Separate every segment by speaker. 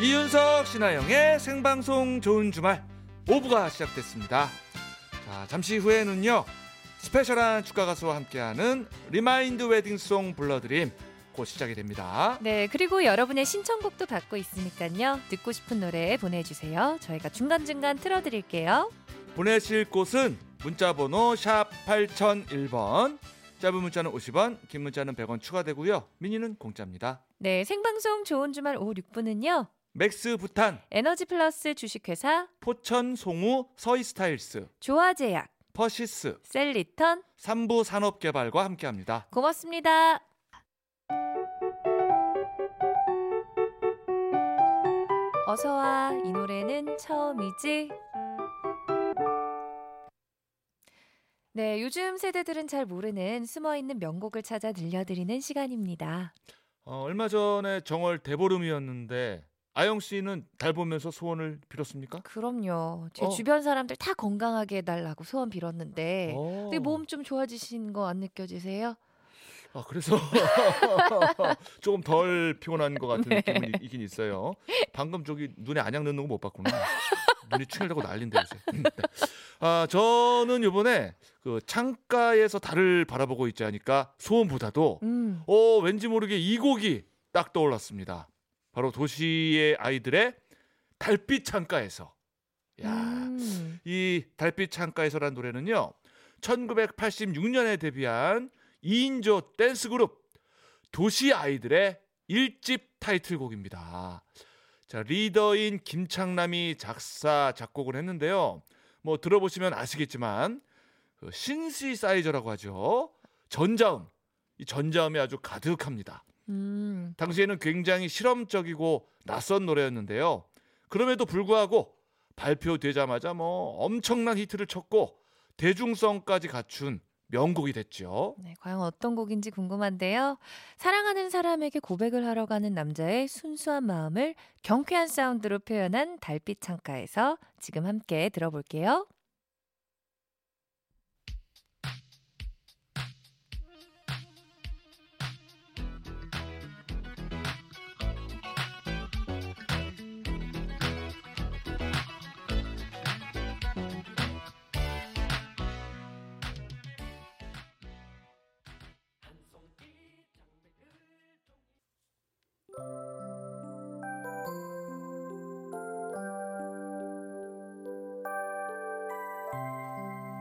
Speaker 1: 이윤석 신하영의 생방송 좋은 주말 5부가 시작됐습니다. 자, 잠시 후에는요. 스페셜한 축가 가수와 함께하는 리마인드 웨딩송 불러드림 곧 시작이 됩니다.
Speaker 2: 네, 그리고 여러분의 신청곡도 받고 있으니까요. 듣고 싶은 노래 보내주세요. 저희가 중간중간 틀어드릴게요.
Speaker 1: 보내실 곳은 문자번호 샵 8001번 짧은 문자는 50원 긴 문자는 100원 추가되고요. 미니는 공짜입니다.
Speaker 2: 네, 생방송 좋은 주말 오후 6분은요.
Speaker 1: 맥스 부탄
Speaker 2: 에너지 플러스 주식회사,
Speaker 1: 포천 송우 서이스타일스
Speaker 2: 조화제약,
Speaker 1: 퍼시스
Speaker 2: 셀리턴,
Speaker 1: 삼부 산업개발과 함께합니다.
Speaker 2: 고맙습니다. 어서와 이 노래는 처음이지. 네, 요즘 세대들은 잘 모르는 숨어있는 명곡을 찾아 들려드리는 시간입니다.
Speaker 1: 어, 얼마 전에 정월 대보름이었는데 아영 씨는 달 보면서 소원을 빌었습니까?
Speaker 2: 그럼요. 제
Speaker 1: 어.
Speaker 2: 주변 사람들 다 건강하게 해달라고 소원 빌었는데
Speaker 1: 어.
Speaker 2: 근데 네. 몸 좀 좋아지신 거 안 느껴지세요?
Speaker 1: 아, 그래서 조금 덜 피곤한 것 같은
Speaker 2: 네.
Speaker 1: 느낌은 이- 있긴 있어요. 방금 저기 눈에 안약 넣는 거 못 봤구나. 눈이 충혈되고 난린데 요새. 네. 아 저는 이번에 그 창가에서 달을 바라보고 있지 않으니까 소원보다도
Speaker 2: 음.
Speaker 1: 어 왠지 모르게 이 곡이 딱 떠올랐습니다. 바로 도시의 아이들의 달빛 창가에서. 야.
Speaker 2: 음.
Speaker 1: 이 달빛 창가에서란 노래는요. 1986년에 데뷔한 2인조 댄스 그룹 도시 아이들의 1집 타이틀곡입니다. 자, 리더인 김창남이 작사 작곡을 했는데요. 뭐 들어보시면 아시겠지만 그 신시사이저라고 하죠. 전자음. 이 전자음이 아주 가득합니다.
Speaker 2: 음.
Speaker 1: 당시에는 굉장히 실험적이고 낯선 노래였는데요. 그럼에도 불구하고 발표되자마자 뭐 엄청난 히트를 쳤고 대중성까지 갖춘 명곡이 됐죠.
Speaker 2: 네, 과연 어떤 곡인지 궁금한데요. 사랑하는 사람에게 고백을 하러 가는 남자의 순수한 마음을 경쾌한 사운드로 표현한 달빛 창가에서 지금 함께 들어볼게요.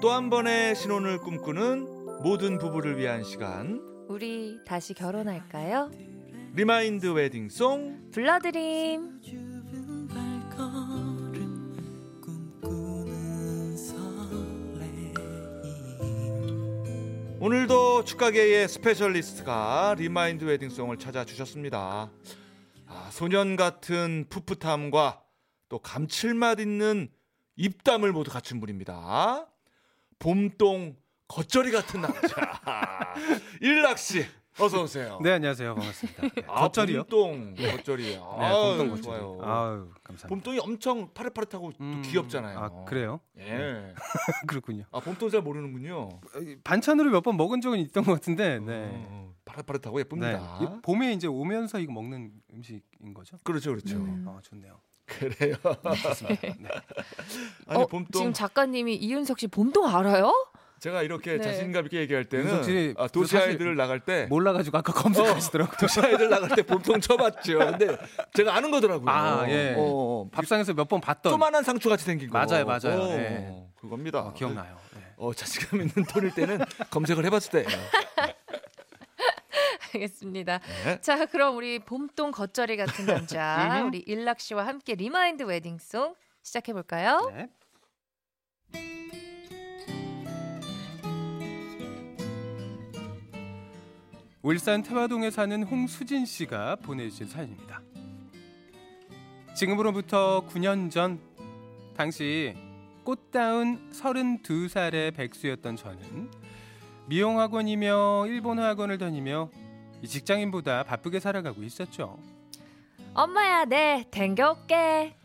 Speaker 1: 또 한 번의 신혼을 꿈꾸는 모든 부부를 위한 시간
Speaker 2: 우리 다시 결혼할까요?
Speaker 1: 리마인드 웨딩송
Speaker 2: 불러드림.
Speaker 3: 좁은 발걸음 꿈꾸는 설레임
Speaker 1: 오늘도 축가계의 스페셜리스트가 리마인드 웨딩송을 찾아주셨습니다. 아, 소년 같은 풋풋함과 또 감칠맛 있는 입담을 모두 갖춘 분입니다. 봄동 겉절이 같은 남자 일락 씨 어서 오세요.
Speaker 4: 네 안녕하세요 반갑습니다. 네,
Speaker 1: 아,
Speaker 4: 겉절이요?
Speaker 1: 봄동 겉절이요.
Speaker 4: 네,
Speaker 1: 아유,
Speaker 4: 봄동 겉절이.
Speaker 1: 좋아요.
Speaker 4: 아유 감사합니다.
Speaker 1: 봄동이 엄청 파릇파릇하고 또
Speaker 4: 음,
Speaker 1: 귀엽잖아요.
Speaker 4: 아 그래요?
Speaker 1: 예.
Speaker 4: 그렇군요.
Speaker 1: 아 봄동 잘 모르는군요.
Speaker 4: 어, 반찬으로 몇 번 먹은 적은 있던 것 같은데. 네.
Speaker 1: 어, 파릇파릇하고 예쁩니다.
Speaker 4: 네. 이 봄에 이제 오면서 이거 먹는 음식인 거죠?
Speaker 1: 그렇죠, 그렇죠.
Speaker 2: 음.
Speaker 4: 아 좋네요.
Speaker 1: 그래요.
Speaker 4: 좋습니다. 네.
Speaker 1: 아니
Speaker 2: 어,
Speaker 1: 봄동
Speaker 2: 지금 작가님이 이윤석 씨 봄동 알아요?
Speaker 1: 제가 이렇게
Speaker 2: 네.
Speaker 1: 자신감 있게 얘기할 때는
Speaker 4: 윤석 씨,
Speaker 1: 아, 도시
Speaker 4: 사실
Speaker 1: 아이들을 나갈 때
Speaker 4: 네. 몰라가지고 아까 검색하시더라고요.
Speaker 1: 도시 아이들 나갈 때 봄통 쳐봤죠. 근데 제가 아는 거더라고요.
Speaker 4: 아, 예.
Speaker 1: 어, 어.
Speaker 4: 밥상에서 몇 번 봤던.
Speaker 1: 조만한 상추 같이 생긴 거.
Speaker 4: 맞아요, 맞아요.
Speaker 1: 어,
Speaker 4: 네.
Speaker 1: 그겁니다.
Speaker 4: 어, 기억나요. 네.
Speaker 1: 어, 자신감 있는 톤일 때는 검색을 해봤을 때.
Speaker 2: 알겠습니다.
Speaker 1: 네.
Speaker 2: 자, 그럼 우리 봄동 겉절이 같은 남자 우리 일락 씨와 함께 리마인드 웨딩송 시작해 볼까요?
Speaker 4: 네. 울산 태화동에 사는 홍수진 씨가 보내주신 사연입니다. 지금으로부터 9년 전 당시 꽃다운 32살의 백수였던 저는 미용학원이며 일본어 학원을 다니며 이 직장인보다 바쁘게 살아가고 있었죠.
Speaker 2: 엄마야, 네, 댕겨올게.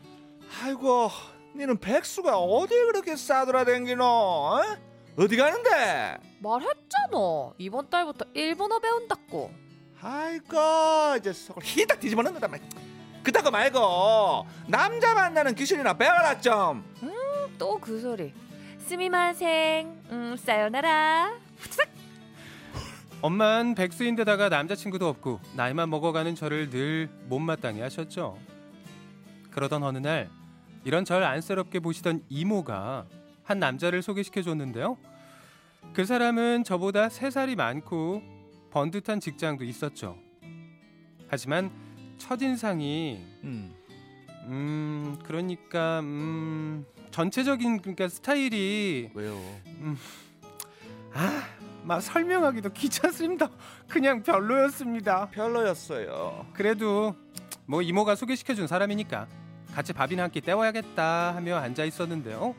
Speaker 1: 아이고, 니는 백수가 어디 그렇게 싸돌아 댕기노? 어? 어디 가는데?
Speaker 2: 말했잖아. 이번 달부터 일본어 배운다고.
Speaker 1: 아이고, 이제 속을 히딱 뒤집어 놓는다. 말. 그따가 말고 남자 만나는 기술이나 배워라 좀.
Speaker 2: 또 그 소리. 스미마생, 음, 사요나라.
Speaker 4: 엄만 백수인데다가 남자친구도 없고 나이만 먹어가는 저를 늘 못마땅해 하셨죠. 그러던 어느 날 이런 절 안쓰럽게 보시던 이모가 한 남자를 소개시켜 줬는데요. 그 사람은 저보다 세 살이 많고 번듯한 직장도 있었죠. 하지만 첫인상이
Speaker 1: 음.
Speaker 4: 음 그러니까 음 전체적인 그러니까 스타일이
Speaker 1: 왜요?
Speaker 4: 아 막 설명하기도 귀찮습니다. 그냥 별로였습니다.
Speaker 1: 별로였어요.
Speaker 4: 그래도 뭐 이모가 소개시켜준 사람이니까 같이 밥이나 한 끼 때워야겠다 하며 앉아 있었는데요.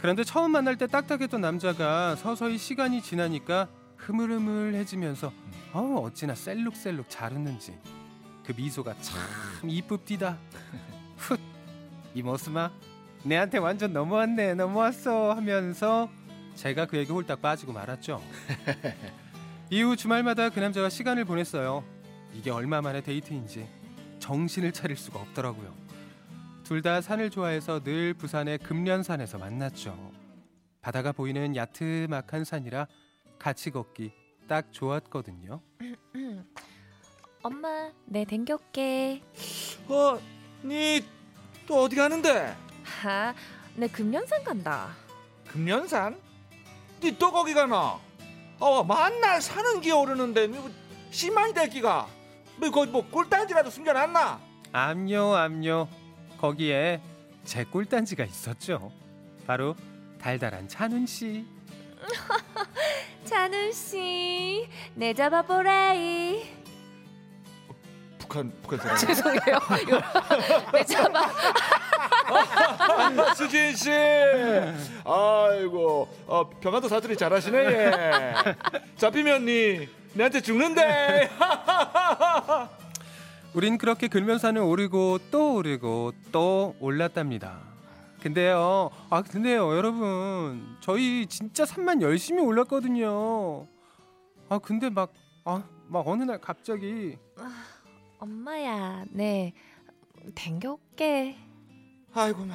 Speaker 4: 그런데 처음 만날 때 딱딱했던 남자가 서서히 시간이 지나니까 흐물흐물해지면서 어우 어찌나 셀룩셀룩 잘 웃는지 그 미소가 참 이쁩디다. 훗 이모스마 내한테 완전 넘어왔네 넘어왔어 하면서 제가 그에게 홀딱 빠지고 말았죠. 이후 주말마다 그 남자와 시간을 보냈어요. 이게 얼마 만의 데이트인지 정신을 차릴 수가 없더라고요. 둘 다 산을 좋아해서 늘 부산의 금련산에서 만났죠. 바다가 보이는 야트막한 산이라 같이 걷기 딱 좋았거든요.
Speaker 2: 음. 엄마, 내 댕겼게.
Speaker 1: 어, 니 또 어디 가는데?
Speaker 2: 아, 내 금년산 간다.
Speaker 1: 금년산? 니 또 거기 가나? 어, 만날 사는 게 오르는데 뭐 심한이 될 기가. 뭐 거기 뭐 꿀단지라도 숨겨놨나?
Speaker 4: 암요 암요 거기에 제 꿀단지가 있었죠. 바로 달달한 찬훈 씨.
Speaker 2: 찬우 씨, 내 잡아보라이.
Speaker 1: 북한 북한 사람.
Speaker 2: 죄송해요. 이거 내 잡아.
Speaker 1: 아, 수진 씨, 아이고 어, 병아도 사투리 잘하시네. 예. 잡히면 니 내한테 죽는데.
Speaker 4: 우린 그렇게 금면산을 오르고 또 오르고 또 올랐답니다. 근데요, 아 근데요, 여러분, 저희 진짜 산만 열심히 올랐거든요. 아 근데 막, 아, 막 어느 날 갑자기
Speaker 2: 엄마야, 네 댕겨올게.
Speaker 1: 아이고마.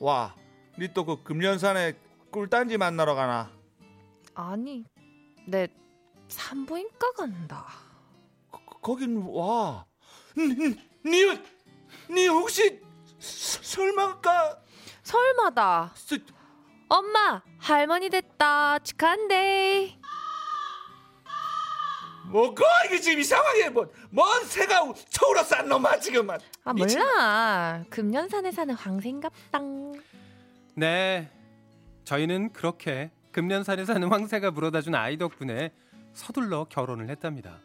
Speaker 1: 와, 니 또 그 금련산에 꿀단지 만나러 가나?
Speaker 2: 아니, 내 산부인과 간다.
Speaker 1: 거, 거긴 와. 니, 니, 니 혹시 스- 설마가
Speaker 2: 설마다.
Speaker 1: 쓰-
Speaker 2: 엄마, 할머니 됐다. 축하한대.
Speaker 1: 뭐고 이게 지금 이 상황에 뭐뭔 새가 초울어 싼 놈아 지금만.
Speaker 2: 아
Speaker 1: 미친-
Speaker 2: 몰라. 금년산에 사는 황생갑당.
Speaker 4: 네, 저희는 그렇게 금년산에 사는 황새가 물어다준 아이 덕분에 서둘러 결혼을 했답니다.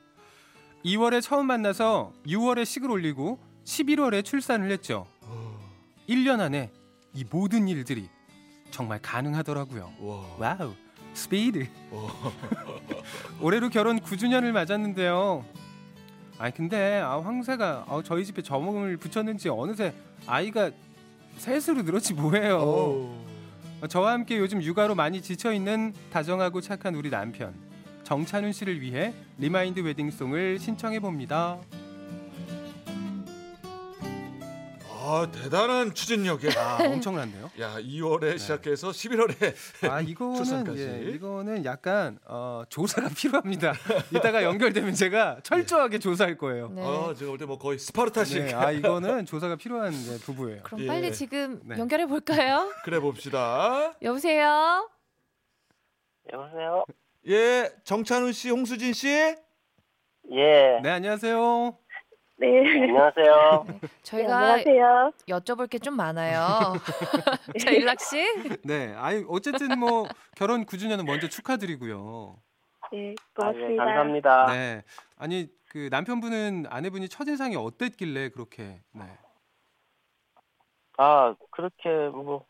Speaker 4: 2월에 처음 만나서 6월에 식을 올리고 11월에 출산을 했죠. 1년 안에 이 모든 일들이 정말 가능하더라고요.
Speaker 1: 와.
Speaker 4: 와우, 스피드.
Speaker 1: 와.
Speaker 4: 올해로 결혼 9주년을 맞았는데요. 아 근데 아, 황새가 아, 저희 집에 저몸을 붙였는지 어느새 아이가 셋으로 늘었지 뭐예요.
Speaker 1: 어.
Speaker 4: 어, 저와 함께 요즘 육아로 많이 지쳐 있는 다정하고 착한 우리 남편 정찬훈 씨를 위해 리마인드 웨딩송을 신청해 봅니다.
Speaker 1: 아 대단한 추진력이야. 어.
Speaker 4: 아, 엄청난데요?
Speaker 1: 야 2월에 시작해서 11월에
Speaker 4: 아 이거는
Speaker 1: 출산까지.
Speaker 4: 예, 이거는 약간 어, 조사가 필요합니다. 이따가 연결되면 제가 철저하게 조사할 거예요.
Speaker 2: 네.
Speaker 1: 아 제가 볼 때 뭐 거의 스파르타식
Speaker 4: 네, 아 이거는 조사가 필요한 예, 부부예요.
Speaker 2: 그럼
Speaker 1: 예.
Speaker 2: 빨리 지금
Speaker 4: 네.
Speaker 2: 연결해 볼까요?
Speaker 1: 그래 봅시다.
Speaker 2: 여보세요.
Speaker 5: 여보세요?
Speaker 1: 예 정찬훈 씨, 홍수진 씨.
Speaker 5: 예.
Speaker 4: 네 안녕하세요.
Speaker 6: 네.
Speaker 5: 안녕하세요. 아, 예,
Speaker 6: 네,
Speaker 2: 저희가
Speaker 6: 안녕하세요.
Speaker 2: 여쭤볼 게 좀 많아요. 자 일락 씨.
Speaker 4: 네, 아이 어쨌든 뭐 결혼 9주년은 먼저 축하드리고요.
Speaker 5: 아,
Speaker 6: 네,
Speaker 5: 예,
Speaker 6: 고맙습니다.
Speaker 5: 감사합니다.
Speaker 4: 네, 아니 그 남편분은 아내분이 첫인상이 어땠길래 그렇게 네.
Speaker 5: 아, 그렇게 뭐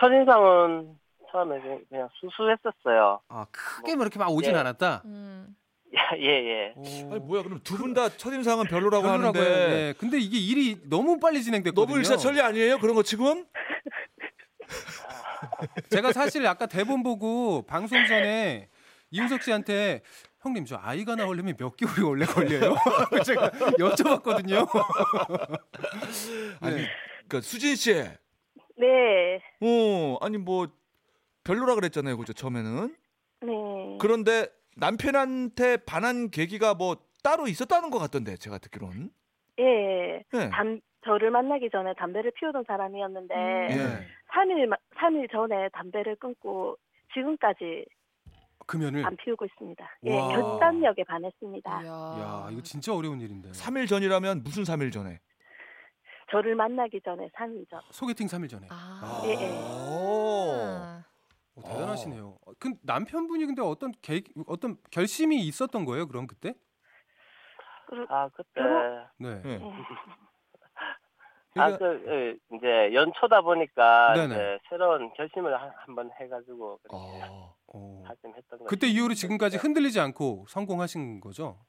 Speaker 5: 첫인상은 처음에 그- 그냥 수수했었어요.
Speaker 4: 아 크게 뭐 이렇게 막 오진
Speaker 5: 예.
Speaker 4: 않았다.
Speaker 2: 음.
Speaker 5: 예, 예.
Speaker 1: 아니 뭐야 그럼 두 분 다 첫인상은 별로라고 하는데
Speaker 4: 별로라고 해요. 예. 근데 이게 일이 너무 빨리 진행됐거든요.
Speaker 1: 너무 일사천리 아니에요 그런 거 지금?
Speaker 4: 제가 사실 아까 대본 보고 방송 전에 이윤석 씨한테 형님 저 아이가 나오려면 몇 개월이 원래 걸려요? 제가 여쭤봤거든요.
Speaker 1: 아니, 그러니까 수진 씨.
Speaker 6: 네.
Speaker 1: 어, 아니 뭐 별로라 그랬잖아요. 그죠? 처음에는.
Speaker 6: 네.
Speaker 1: 그런데 남편한테 반한 계기가 뭐 따로 있었다는 것 같던데 제가 듣기로는.
Speaker 6: 예.
Speaker 1: 예.
Speaker 6: 담, 저를 만나기 전에 담배를 피우던 사람이었는데
Speaker 1: 예.
Speaker 4: 네.
Speaker 6: 3일 마- 3일 전에 담배를 끊고 지금까지
Speaker 4: 금연을.
Speaker 6: 안 피우고 있습니다. 예,
Speaker 4: 음. 와.
Speaker 6: 결단력에 반했습니다.
Speaker 2: 예. 아.
Speaker 4: 야 이거 진짜 어려운 일인데.
Speaker 1: 3일 전이라면 무슨 3일 전에?
Speaker 6: 저를 만나기 전에 3일 전.
Speaker 4: 소개팅 3일 전에.
Speaker 2: 아.
Speaker 6: 예, 예.
Speaker 1: 오.
Speaker 4: 어, 대단하시네요. 그 남편분이 근데 어떤 계, 어떤 결심이 있었던 거예요? 그럼 그때?
Speaker 5: 아 그때
Speaker 6: 결혼-
Speaker 4: 네.
Speaker 1: 예.
Speaker 6: 예.
Speaker 4: 그러니까-
Speaker 5: 아그 이제 연초다 보니까
Speaker 4: 네네.
Speaker 5: 이제 새로운 결심을 한- 한번 해가지고
Speaker 4: 아,
Speaker 5: 그렇게
Speaker 1: 어.
Speaker 4: 어.
Speaker 5: 결심했던 거.
Speaker 4: 그때 이후로 지금까지 흔들리지 않고 성공하신 거죠?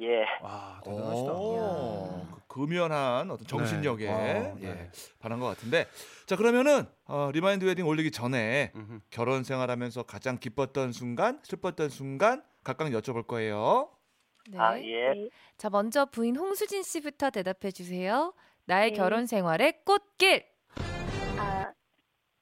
Speaker 5: 예.
Speaker 4: 와 대단하시다. 예.
Speaker 1: 오, 그 금연한 어떤 정신력에
Speaker 4: 네. 아,
Speaker 1: 예,
Speaker 4: 네.
Speaker 1: 반한 것 같은데. 자 그러면은 어, 리마인드 웨딩 올리기 전에
Speaker 4: 음흠.
Speaker 1: 결혼 생활하면서 가장 기뻤던 순간, 슬펐던 순간 각각 여쭤볼 거예요.
Speaker 2: 네.
Speaker 5: 아 예.
Speaker 2: 자, 먼저 부인 홍수진 씨부터 대답해 주세요. 나의
Speaker 6: 네.
Speaker 2: 결혼 생활의 꽃길.
Speaker 6: 아,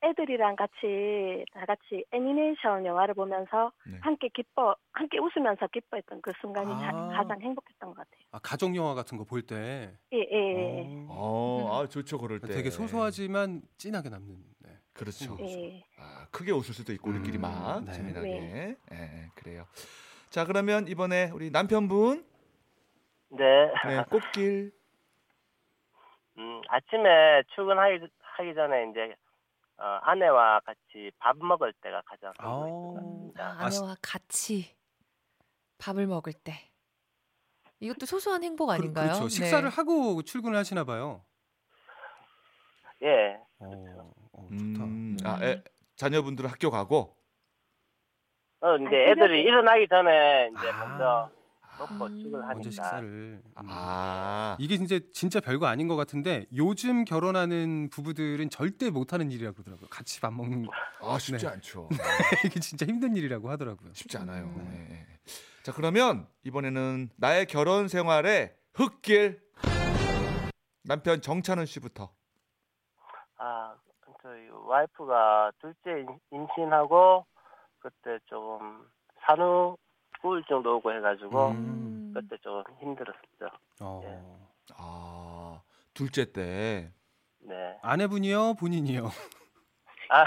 Speaker 6: 애들이랑 같이 다 같이 애니메이션 영화를 보면서
Speaker 1: 네.
Speaker 6: 함께 기뻐 함께 웃으면서 기뻐했던 그 순간이 자-
Speaker 4: 아.
Speaker 6: 가장 행복했던 것 같아요.
Speaker 4: 아 가족 영화 같은 거 볼 때.
Speaker 6: 예, 예, 예.
Speaker 2: 네.
Speaker 4: 어,
Speaker 1: 어, 아 좋죠 그럴 때.
Speaker 4: 되게 소소하지만 진하게 남는. 네.
Speaker 1: 그렇죠.
Speaker 4: 음.
Speaker 6: 예.
Speaker 1: 아, 크게 웃을 수도 있고
Speaker 4: 음,
Speaker 1: 우리끼리만
Speaker 4: 네.
Speaker 1: 재미나게.
Speaker 6: 네.
Speaker 1: 예, 그래요. 자 그러면 이번에 우리 남편분
Speaker 5: 네.
Speaker 1: 네, 꽃길.
Speaker 5: 음, 아침에 출근하기 하기 전에 이제 어, 아내와 같이 밥 먹을 때가 가장
Speaker 4: 아우.
Speaker 5: 행복했습니다.
Speaker 2: 아,
Speaker 4: 아, 시-
Speaker 2: 아내와 같이 밥을 먹을 때. 이것도 소소한 행복 아닌가요?
Speaker 4: 그렇죠.
Speaker 2: 네.
Speaker 4: 식사를 하고 출근을 하시나 봐요.
Speaker 5: 예.
Speaker 4: 어, 어, 좋다.
Speaker 1: 음, 아, 애, 자녀분들 은 학교 가고.
Speaker 5: 어, 이제
Speaker 6: 아,
Speaker 5: 애들이 일어나기 전에 이제
Speaker 4: 아.
Speaker 5: 먼저 먹고
Speaker 2: 음.
Speaker 5: 출근하니까.
Speaker 4: 먼저 식사를. 음.
Speaker 1: 아.
Speaker 4: 이게 이제 진짜 별거 아닌 것 같은데 요즘 결혼하는 부부들은 절대 못하는 일이라고 그러더라고요. 같이 밥 먹는 거.
Speaker 1: 아 쉽지
Speaker 4: 네.
Speaker 1: 않죠.
Speaker 4: 이게 진짜 힘든 일이라고 하더라고요.
Speaker 1: 쉽지 않아요.
Speaker 4: 네.
Speaker 2: 음.
Speaker 1: 예, 예. 자 그러면 이번에는 나의 결혼 생활의 흙길 남편 정찬은 씨부터.
Speaker 5: 아, 저희 와이프가 둘째 임- 임신하고 그때 조금 산후 우울증 도 오고 해가지고
Speaker 4: 음.
Speaker 5: 그때 조금 힘들었죠.
Speaker 4: 어.
Speaker 1: 아 둘째 때.
Speaker 5: 네.
Speaker 4: 아내분이요, 본인이요.
Speaker 5: 아,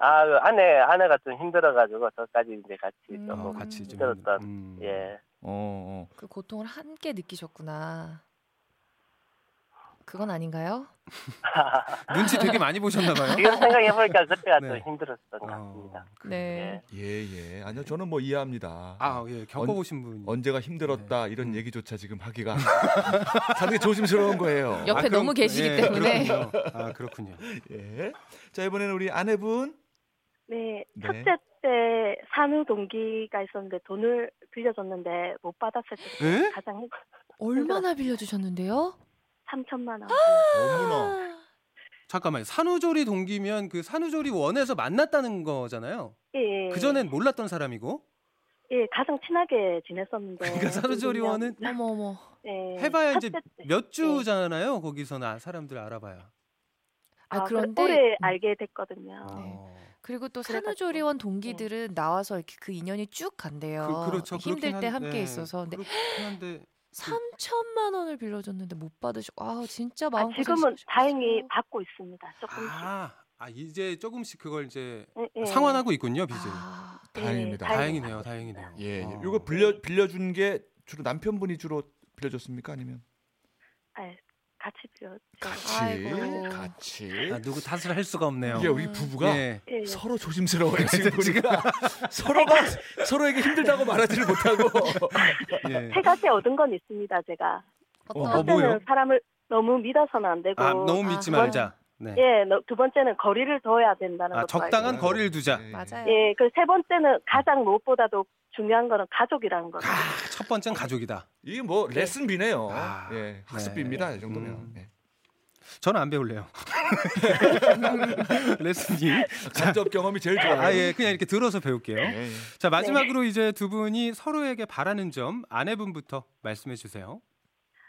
Speaker 5: 아, 그 아내 아내가 좀 힘들어가지고 저까지 이제 같이
Speaker 2: 음.
Speaker 5: 조금
Speaker 4: 어, 같이 좀.
Speaker 5: 힘들었던.
Speaker 4: 음.
Speaker 5: 예.
Speaker 1: 어. 어.
Speaker 2: 그 고통을 함께 느끼셨구나. 그건 아닌가요?
Speaker 4: 눈치 되게 많이 보셨나봐요.
Speaker 5: 지금 생각해보니까 그때가
Speaker 4: 네.
Speaker 5: 좀 힘들었던 것
Speaker 4: 어,
Speaker 5: 같습니다.
Speaker 2: 네.
Speaker 5: 네.
Speaker 1: 예예. 아니요 저는 뭐 이해합니다.
Speaker 4: 아, 예, 겪어보신 분.
Speaker 1: 언제가 힘들었다 이런 얘기조차 지금 하기가 상당히 조심스러운 거예요.
Speaker 2: 옆에
Speaker 4: 그럼-
Speaker 2: 너무 계시기
Speaker 4: 예,
Speaker 2: 때문에.
Speaker 4: 그렇군요. 아, 그렇군요.
Speaker 1: 예. 자 이번에는 우리 아내분.
Speaker 6: 네.
Speaker 1: 네.
Speaker 6: 첫째 때 산후 동기가 있었는데 돈을 빌려줬는데 못 받았을 때
Speaker 4: 예?
Speaker 6: 가장 행복-
Speaker 2: 얼마나 빌려주셨는데요?
Speaker 6: 3천만
Speaker 4: 아!
Speaker 6: 원.
Speaker 1: 어머나.
Speaker 4: 잠깐만요. 산후조리 동기면 그 산후조리 원에서 만났다는 거잖아요.
Speaker 6: 예. 예.
Speaker 4: 그전엔 몰랐던 사람이고.
Speaker 6: 예, 가장 친하게 지냈었는데.
Speaker 4: 그러니까 산후조리 원은
Speaker 2: 아, 어머 어머.
Speaker 6: 예,
Speaker 4: 해봐야 이제
Speaker 6: 첫째 때.
Speaker 4: 몇 주잖아요. 거기서는 아, 사람들 알아봐야. 음.
Speaker 2: 아,
Speaker 6: 아,
Speaker 2: 그런데
Speaker 6: 오래 알게 됐거든요. 아,
Speaker 4: 어.
Speaker 2: 그리고 또
Speaker 6: 그래가지고.
Speaker 2: 산후조리원 동기들은 나와서 이렇게 그 인연이 쭉 간대요.
Speaker 4: 그, 그렇죠.
Speaker 2: 어, 힘들
Speaker 4: 그렇긴
Speaker 2: 때
Speaker 4: 한-
Speaker 2: 함께
Speaker 4: 네,
Speaker 2: 있어서. 근데
Speaker 4: 그렇긴 한데
Speaker 2: 3천만 원을 빌려줬는데 못 받으시고 아 진짜
Speaker 6: 아,
Speaker 2: 마음
Speaker 6: 지금은 다행히
Speaker 2: 아,
Speaker 6: 받고 있습니다. 조금씩.
Speaker 4: 아, 아 이제 조금씩 그걸 이제
Speaker 6: 예, 예.
Speaker 4: 상환하고 있군요 빚을.
Speaker 2: 아,
Speaker 1: 다행입니다.
Speaker 6: 다행-
Speaker 4: 다행이네요, 다행이네요.
Speaker 1: 예,
Speaker 4: 어.
Speaker 1: 예. 이거 빌려 빌려준 게 주로 남편분이 주로 빌려줬습니까 아니면
Speaker 6: 아, 같이 빌려.
Speaker 2: 아이고.
Speaker 1: 같이
Speaker 4: 아, 누구 탓을 할 수가 아, 없네요.
Speaker 1: 이게 우리 부부가
Speaker 4: 예.
Speaker 6: 예.
Speaker 1: 서로 조심스러워요 지금 보니까 서로가 서로에게 힘들다고 말하지를 못하고
Speaker 4: 예.
Speaker 6: 세 가지 얻은 건 있습니다, 제가.
Speaker 2: 어떤
Speaker 4: 어,
Speaker 6: 첫째는
Speaker 4: 뭐요?
Speaker 6: 사람을 너무 믿어서는 안 되고.
Speaker 4: 아 너무 믿지
Speaker 2: 아,
Speaker 4: 말자. 네.
Speaker 6: 예, 너- 두 번째는 거리를 둬야 된다는
Speaker 4: 아
Speaker 6: 것도
Speaker 4: 적당한
Speaker 1: 알고.
Speaker 4: 거리를 두자.
Speaker 1: 예.
Speaker 2: 맞아요.
Speaker 6: 알고. 예, 그 세 번째는 가장 무엇보다도 중요한 거는 가족이라는 거.
Speaker 4: 아, 첫 번째는 가족이다.
Speaker 1: 이게 뭐 레슨비네요
Speaker 4: 아,
Speaker 1: 예 학습비입니다 이 정도면
Speaker 4: 음.
Speaker 1: 예.
Speaker 4: 저는 안 배울래요. 레슨이.
Speaker 1: 간접 경험이 제일 좋아요.
Speaker 4: 아, 예. 그냥 이렇게 들어서 배울게요.
Speaker 1: 예, 예.
Speaker 4: 자, 마지막으로
Speaker 6: 네.
Speaker 4: 이제 두 분이 서로에게 바라는 점 아내분부터 말씀해 주세요.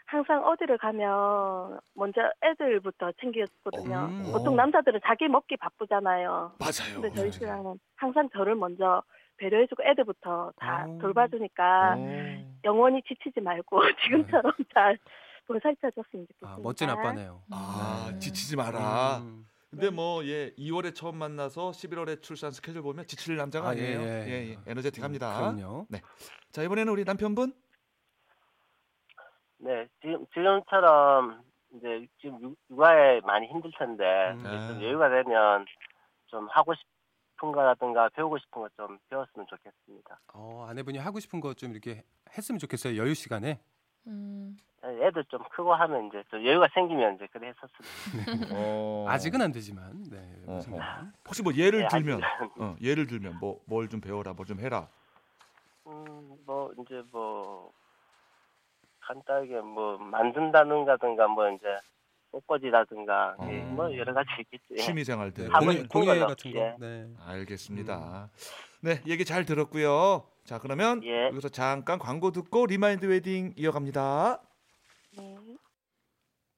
Speaker 6: 항상 어디를 가면 먼저 애들부터 챙겼거든요.
Speaker 4: 음.
Speaker 6: 보통
Speaker 1: 어.
Speaker 6: 남자들은 자기 먹기 바쁘잖아요.
Speaker 1: 맞아요.
Speaker 4: 어,
Speaker 6: 근데
Speaker 4: 네,
Speaker 6: 저희 신랑은 항상 저를 먼저 배려해주고 애들부터 다
Speaker 4: 어. 네.
Speaker 6: 돌봐주니까
Speaker 1: 어.
Speaker 6: 영원히 지치지 말고 지금처럼 잘 보살펴줬으면 좋겠습니다.
Speaker 4: 아, 멋진 아빠네요.
Speaker 1: 아,
Speaker 2: 음.
Speaker 1: 지치지 마라.
Speaker 4: 음.
Speaker 1: 근데 뭐, 예, 2월에 처음 만나서 11월에 출산 스케줄 보면 지칠 남자가
Speaker 4: 아,
Speaker 1: 아,
Speaker 4: 예,
Speaker 1: 니에요
Speaker 4: 예. 음,
Speaker 1: 예, 예. 에너제틱 합니다.
Speaker 4: 그럼요.
Speaker 1: 자, 이번에는 우리 남편분?
Speaker 5: 네, 지금 지금처럼 이제 지금 육- 육아에 많이 힘들 텐데
Speaker 4: 음.
Speaker 5: 이제
Speaker 1: 아.
Speaker 5: 좀 여유가 되면 좀 하고 싶은 거라든가 배우고 싶은 거 좀 배웠으면 좋겠습니다.
Speaker 4: 어, 아내분이 하고 싶은 거 좀 이렇게 했으면 좋겠어요. 여유 시간에.
Speaker 2: 음.
Speaker 5: 애들 좀 크고 하면 이제 좀 여유가 생기면 이제 그래 했었습니다.
Speaker 1: 어.
Speaker 4: 아직은 안 되지만. 네.
Speaker 1: 어, 어.
Speaker 4: 생각은.
Speaker 1: 혹시 뭐 예를
Speaker 5: 네,
Speaker 1: 들면,
Speaker 5: 아직은.
Speaker 1: 어, 예를 들면 뭐 뭘 좀 배워라, 뭐 좀 해라.
Speaker 5: 음, 뭐 이제 뭐 간단하게 뭐 만든다는가든가 뭐 이제 꽃꽂이라든가
Speaker 1: 어.
Speaker 5: 예, 뭐 여러 가지 있겠죠. 예.
Speaker 1: 취미 생활
Speaker 4: 네,
Speaker 1: 등.
Speaker 5: 하고
Speaker 4: 공예,
Speaker 5: 싶은
Speaker 4: 공예
Speaker 5: 걸로.
Speaker 4: 같은 거.
Speaker 5: 예.
Speaker 4: 네.
Speaker 1: 알겠습니다. 네, 얘기 잘 들었고요. 자, 그러면
Speaker 5: 예.
Speaker 1: 여기서 잠깐 광고 듣고 리마인드 웨딩 이어갑니다.
Speaker 6: 네.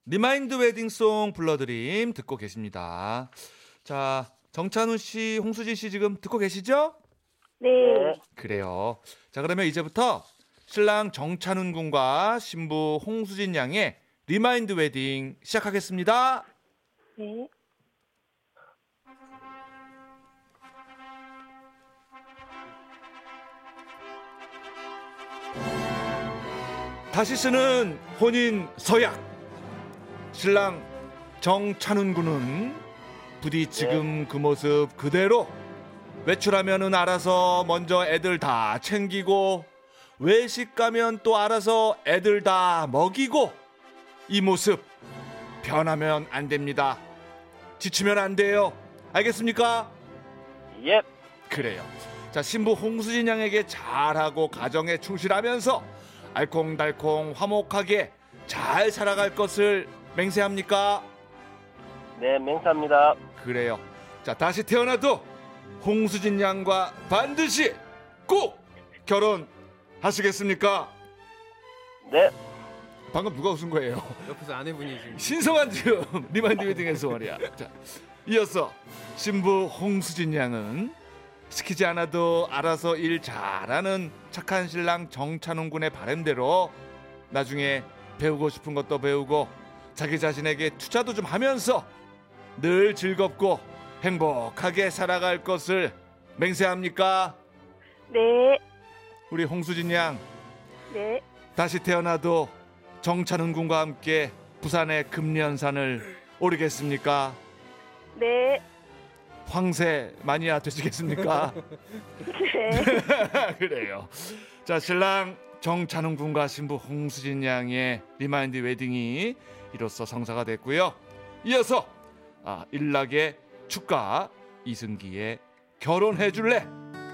Speaker 1: 리마인드 웨딩송 불러드림 듣고 계십니다. 자, 정찬우 씨, 홍수진 씨 지금 듣고 계시죠?
Speaker 6: 네.
Speaker 1: 그래요. 자, 그러면 이제부터 신랑 정찬훈 군과 신부 홍수진 양의 리마인드 웨딩 시작하겠습니다.
Speaker 6: 네.
Speaker 1: 다시 쓰는 혼인 서약. 신랑 정찬훈 군은 부디 지금 그 모습 그대로 외출하면은 알아서 먼저 애들 다 챙기고 외식 가면 또 알아서 애들 다 먹이고 이 모습 변하면 안 됩니다. 지치면 안 돼요. 알겠습니까?
Speaker 5: 예.
Speaker 1: 그래요. 자 신부 홍수진 양에게 잘하고 가정에 충실하면서 알콩달콩 화목하게 잘 살아갈 것을 맹세합니까?
Speaker 5: 네, 맹사입니다.
Speaker 1: 그래요. 자 다시 태어나도 홍수진 양과 반드시 꼭 결혼하시겠습니까?
Speaker 5: 네.
Speaker 1: 방금 누가 웃은 거예요?
Speaker 4: 옆에서 아내분이 지금
Speaker 1: 신성한 지금 리마인드 웨딩에서 말이야. 자, 이어서 신부 홍수진 양은 시키지 않아도 알아서 일 잘하는 착한 신랑 정찬훈 군의 바램대로 나중에 배우고 싶은 것도 배우고 자기 자신에게 투자도 좀 하면서 늘 즐겁고 행복하게 살아갈 것을 맹세합니까?
Speaker 6: 네.
Speaker 1: 우리 홍수진 양
Speaker 6: 네.
Speaker 1: 다시 태어나도 정찬훈 군과 함께 부산의 금년산을 오르겠습니까?
Speaker 6: 네.
Speaker 1: 황새 마니아 되시겠습니까?
Speaker 6: 네.
Speaker 1: 그래요. 자 신랑 정찬훈 군과 신부 홍수진 양의 리마인드 웨딩이 이로써 성사가 됐고요. 이어서 아, 일락의 축가 이승기의 결혼해줄래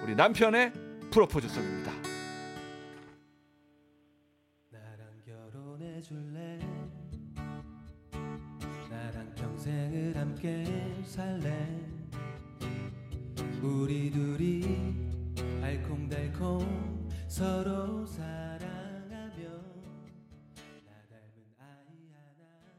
Speaker 1: 우리 남편의 프로포즈송입니다.
Speaker 3: 나랑 결혼해 줄래 나랑 평생을 함께 살래 우리 둘이 알콩달콩 서로 사랑하며 나 닮은 아이 하나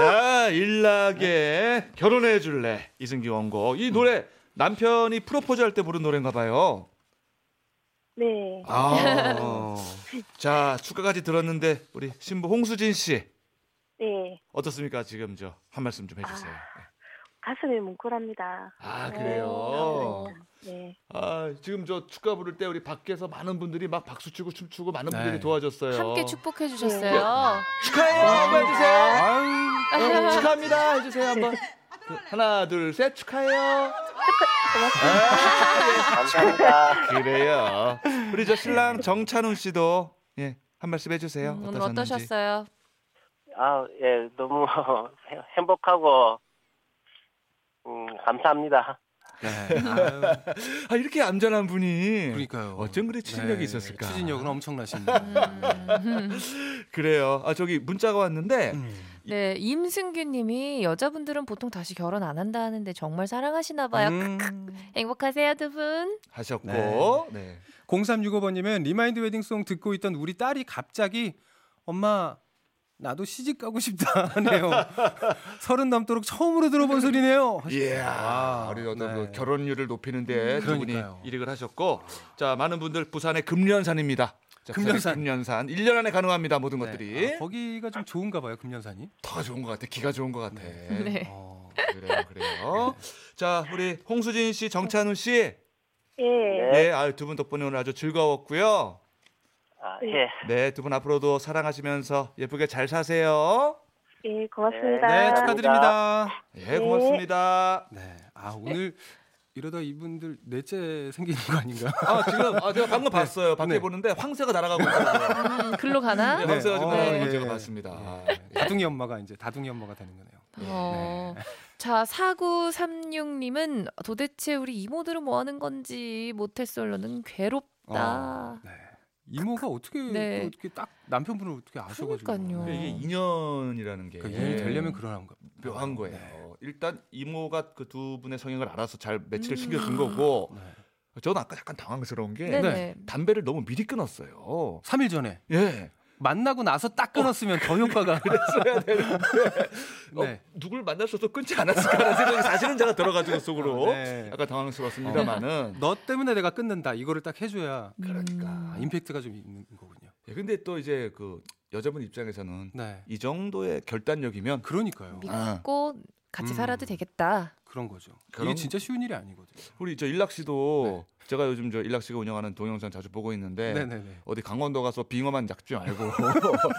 Speaker 1: 야 일락의 결혼해 줄래 이승기 원곡 이 노래 남편이 프로포즈할 때 부른 노래인가 봐요.
Speaker 6: 네.
Speaker 1: 아. 자 축가까지 들었는데 우리 신부 홍수진 씨
Speaker 6: 네.
Speaker 1: 어떻습니까 지금 저 한 말씀 좀 해주세요.
Speaker 6: 가슴이 뭉클합니다.
Speaker 1: 아 그래요.
Speaker 6: 네.
Speaker 1: 아 지금 저 축가 부를 때 우리 밖에서 많은 분들이 막 박수 치고 춤추고 많은 분들이
Speaker 4: 네.
Speaker 1: 도와줬어요.
Speaker 2: 함께 축복해 주셨어요.
Speaker 1: 축하해요 한번 해주세요. 어, 축하합니다 해주세요 한번. 그, 하나 둘 셋 축하해요.
Speaker 5: 감사합니다.
Speaker 1: 그래요. 우리 저 신랑 정찬훈 씨도 예, 한 말씀 해주세요.
Speaker 2: 음, 오늘
Speaker 1: 음, 어떠셨는지.
Speaker 2: 어떠셨어요?
Speaker 5: 아, 예, 너무 행복하고 음, 감사합니다.
Speaker 4: 네. 아유,
Speaker 1: 아 이렇게 얌전한 분이
Speaker 4: 그러니까요.
Speaker 1: 어쩜 그리 추진력이
Speaker 4: 네,
Speaker 1: 있었을까?
Speaker 4: 추진력은 엄청나십니다.
Speaker 2: 음.
Speaker 1: 그래요. 아 저기 문자가 왔는데
Speaker 4: 음.
Speaker 2: 네, 임승규님이 여자분들은 보통 다시 결혼 안 한다 하는데 정말 사랑하시나 봐요.
Speaker 1: 음.
Speaker 4: 음.
Speaker 2: 행복하세요 두 분.
Speaker 1: 하셨고 네.
Speaker 4: 0365번님은 리마인드 웨딩송 듣고 있던 우리 딸이 갑자기 엄마 나도 시집 가고 싶다 하네요. 서른 넘도록 처음으로 들어본 소리네요.
Speaker 1: 예.
Speaker 4: 아,
Speaker 1: 우리 어떤
Speaker 4: 네.
Speaker 1: 그 결혼율을 높이는데 두 분이
Speaker 4: 그러니까요.
Speaker 1: 이력을 하셨고 자 많은 분들 부산의 금련산입니다. 자, 부산의 금련산
Speaker 4: 금련산.
Speaker 1: 1년 안에 가능합니다 모든
Speaker 4: 네.
Speaker 1: 것들이
Speaker 4: 아, 거기가 좀 좋은가 봐요 금년산이.
Speaker 1: 더 좋은 것 같아 기가 좋은 것 같아.
Speaker 2: 네.
Speaker 4: 어,
Speaker 1: 그래요 그래요. 자 우리 홍수진 씨 정찬우 씨
Speaker 4: 네.
Speaker 6: 예.
Speaker 1: 예, 아, 두 분 덕분에 오늘 아주 즐거웠고요.
Speaker 5: 아, 예.
Speaker 1: 네, 두 분 앞으로도 사랑하시면서 예쁘게 잘 사세요.
Speaker 6: 예,
Speaker 4: 네
Speaker 6: 고맙습니다.
Speaker 4: 축하드립니다.
Speaker 1: 예, 고맙습니다.
Speaker 4: 네. 아 오늘 이러다 이분들 넷째 생기는 거 아닌가?
Speaker 1: 아, 지금 아, 제가 방금 봤어요. 밖에
Speaker 4: 네.
Speaker 1: 보는데 황새가 날아가고 있어요.
Speaker 2: 음, 글로 가나?
Speaker 1: 네, 황새가 지금
Speaker 4: 네.
Speaker 1: 날아가는 걸
Speaker 4: 예.
Speaker 1: 제가 봤습니다. 예.
Speaker 4: 다둥이 엄마가 이제 다둥이 엄마가 되는 거네요.
Speaker 2: 어. 자, 4936님은 도대체 우리 이모들은 뭐 하는 건지 모태솔로는
Speaker 1: 어.
Speaker 2: 괴롭다.
Speaker 4: 네. 이모가 어떻게
Speaker 2: 아. 네.
Speaker 4: 또 어떻게 딱 남편분을 어떻게 아셔가지고? 네.
Speaker 2: 그러니까요.
Speaker 1: 이게 인연이라는 게
Speaker 4: 음. 그러니까 이혼이 되려면 그러한 거.
Speaker 1: 묘한 거예요.
Speaker 4: 네.
Speaker 1: 일단 이모가 그 두 분의 성향을 알아서 잘
Speaker 4: 음.
Speaker 1: 매치를 신겨준 거고
Speaker 4: 네.
Speaker 1: 저는 아까 약간 당황스러운 게
Speaker 2: 네네.
Speaker 4: 네.
Speaker 1: 담배를 너무 미리 끊었어요.
Speaker 4: 3일 전에
Speaker 1: 예.
Speaker 4: 만나고 나서 딱 끊었으면 더 효과가
Speaker 1: 써야 되는데 어,
Speaker 4: 네.
Speaker 1: 누굴 만났어도 끊지 않았을까라는 생각이 사실은 제가 들어가지고 속으로
Speaker 4: 네. 어.
Speaker 1: 약간 당황스러웠습니다만은
Speaker 4: 너 때문에 내가 끊는다 이거를 딱 해줘야
Speaker 2: 음.
Speaker 1: 그러니까
Speaker 4: 아, 임팩트가 좀 있는 거군요.
Speaker 1: 예, 근데 또 이제 그 여자분 입장에서는
Speaker 4: 네,
Speaker 1: 이 정도의 결단력이면
Speaker 4: 그러니까요.
Speaker 2: 믿고 같이
Speaker 4: 음.
Speaker 2: 살아도 되겠다.
Speaker 4: 그런 거죠.
Speaker 1: 그런-
Speaker 4: 이게 진짜 쉬운 일이 아니거든요.
Speaker 1: 우리 저 일락 씨도 제가 요즘 저 일락 씨가 운영하는 동영상 자주 보고 있는데
Speaker 4: 네, 네, 네.
Speaker 1: 어디 강원도 가서 빙어만 잡지 말고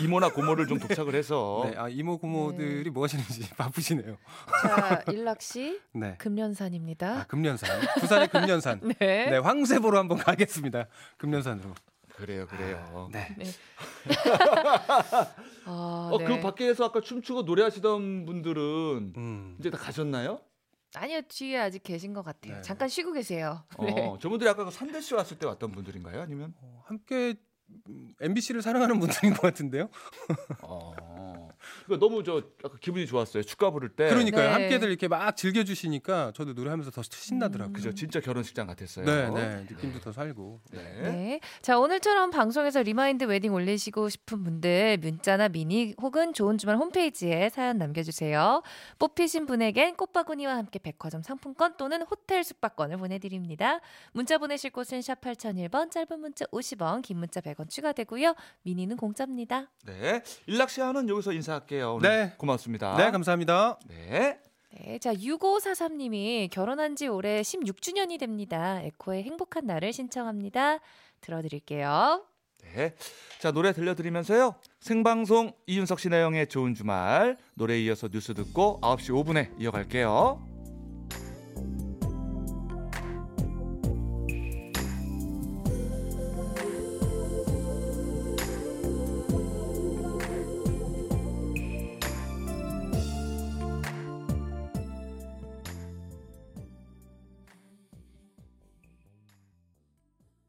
Speaker 1: 이모나 고모를 좀 독착을 해서
Speaker 4: 네, 아 이모 고모들이 뭐 하시는지 바쁘시네요.
Speaker 2: 자, 일락 씨
Speaker 4: 네, 아
Speaker 2: 금련산입니다.
Speaker 4: 금년산, 부산의 금년산.
Speaker 2: 네.
Speaker 4: 네, 황새보러 한번 가겠습니다. 금년산으로.
Speaker 1: 그래요 그래요.
Speaker 4: 네.
Speaker 2: 아,
Speaker 1: 어,
Speaker 2: 네.
Speaker 1: 그 밖에서 아까 춤추고 노래하시던 분들은
Speaker 4: 음.
Speaker 1: 이제 다 가셨나요?
Speaker 2: 아니요, 뒤에 아직 계신 것 같아요.
Speaker 4: 네.
Speaker 2: 잠깐 쉬고 계세요. 네.
Speaker 1: 어, 저분들이 아까 그 산대 씨 왔을 때 왔던 분들인가요? 아니면
Speaker 4: 어, 함께 MBC를 사랑하는 분들인 것 같은데요.
Speaker 1: 어. 그러니까 너무 저 아까 기분이 좋았어요. 축가 부를 때.
Speaker 2: 네.
Speaker 4: 그러니까요.
Speaker 2: 음.
Speaker 4: 함께들 이렇게 막 즐겨주시니까 저도 노래하면서 더 신나더라고요.
Speaker 1: 그죠. 진짜 결혼식장 같았어요.
Speaker 4: 네, 네. 느낌도 더 살고.
Speaker 1: 네.
Speaker 2: 네. 자, 오늘처럼 방송에서 리마인드 웨딩 올리시고 싶은 분들 문자나 미니 혹은 좋은 주말 홈페이지에 사연 남겨주세요. 뽑히신 분에겐 꽃바구니와 함께 백화점 상품권 또는 호텔 숙박권을 보내드립니다. 문자 보내실 곳은 샵 8001번, 짧은 문자 50원, 긴 문자 100원 추가되고요. 미니는 공짜입니다.
Speaker 1: 네. 일락 씨와는 여기서 인사할게요. 오늘
Speaker 4: 네.
Speaker 1: 고맙습니다.
Speaker 4: 네, 감사합니다.
Speaker 1: 네.
Speaker 2: 네, 자 6543님이 결혼한 지 올해 16주년이 됩니다. 에코의 행복한 날을 신청합니다. 들어드릴게요.
Speaker 1: 네. 자, 노래 들려드리면서요. 생방송 이윤석 신혜영의 좋은 주말 노래 이어서 뉴스 듣고 9시 5분에 이어갈게요.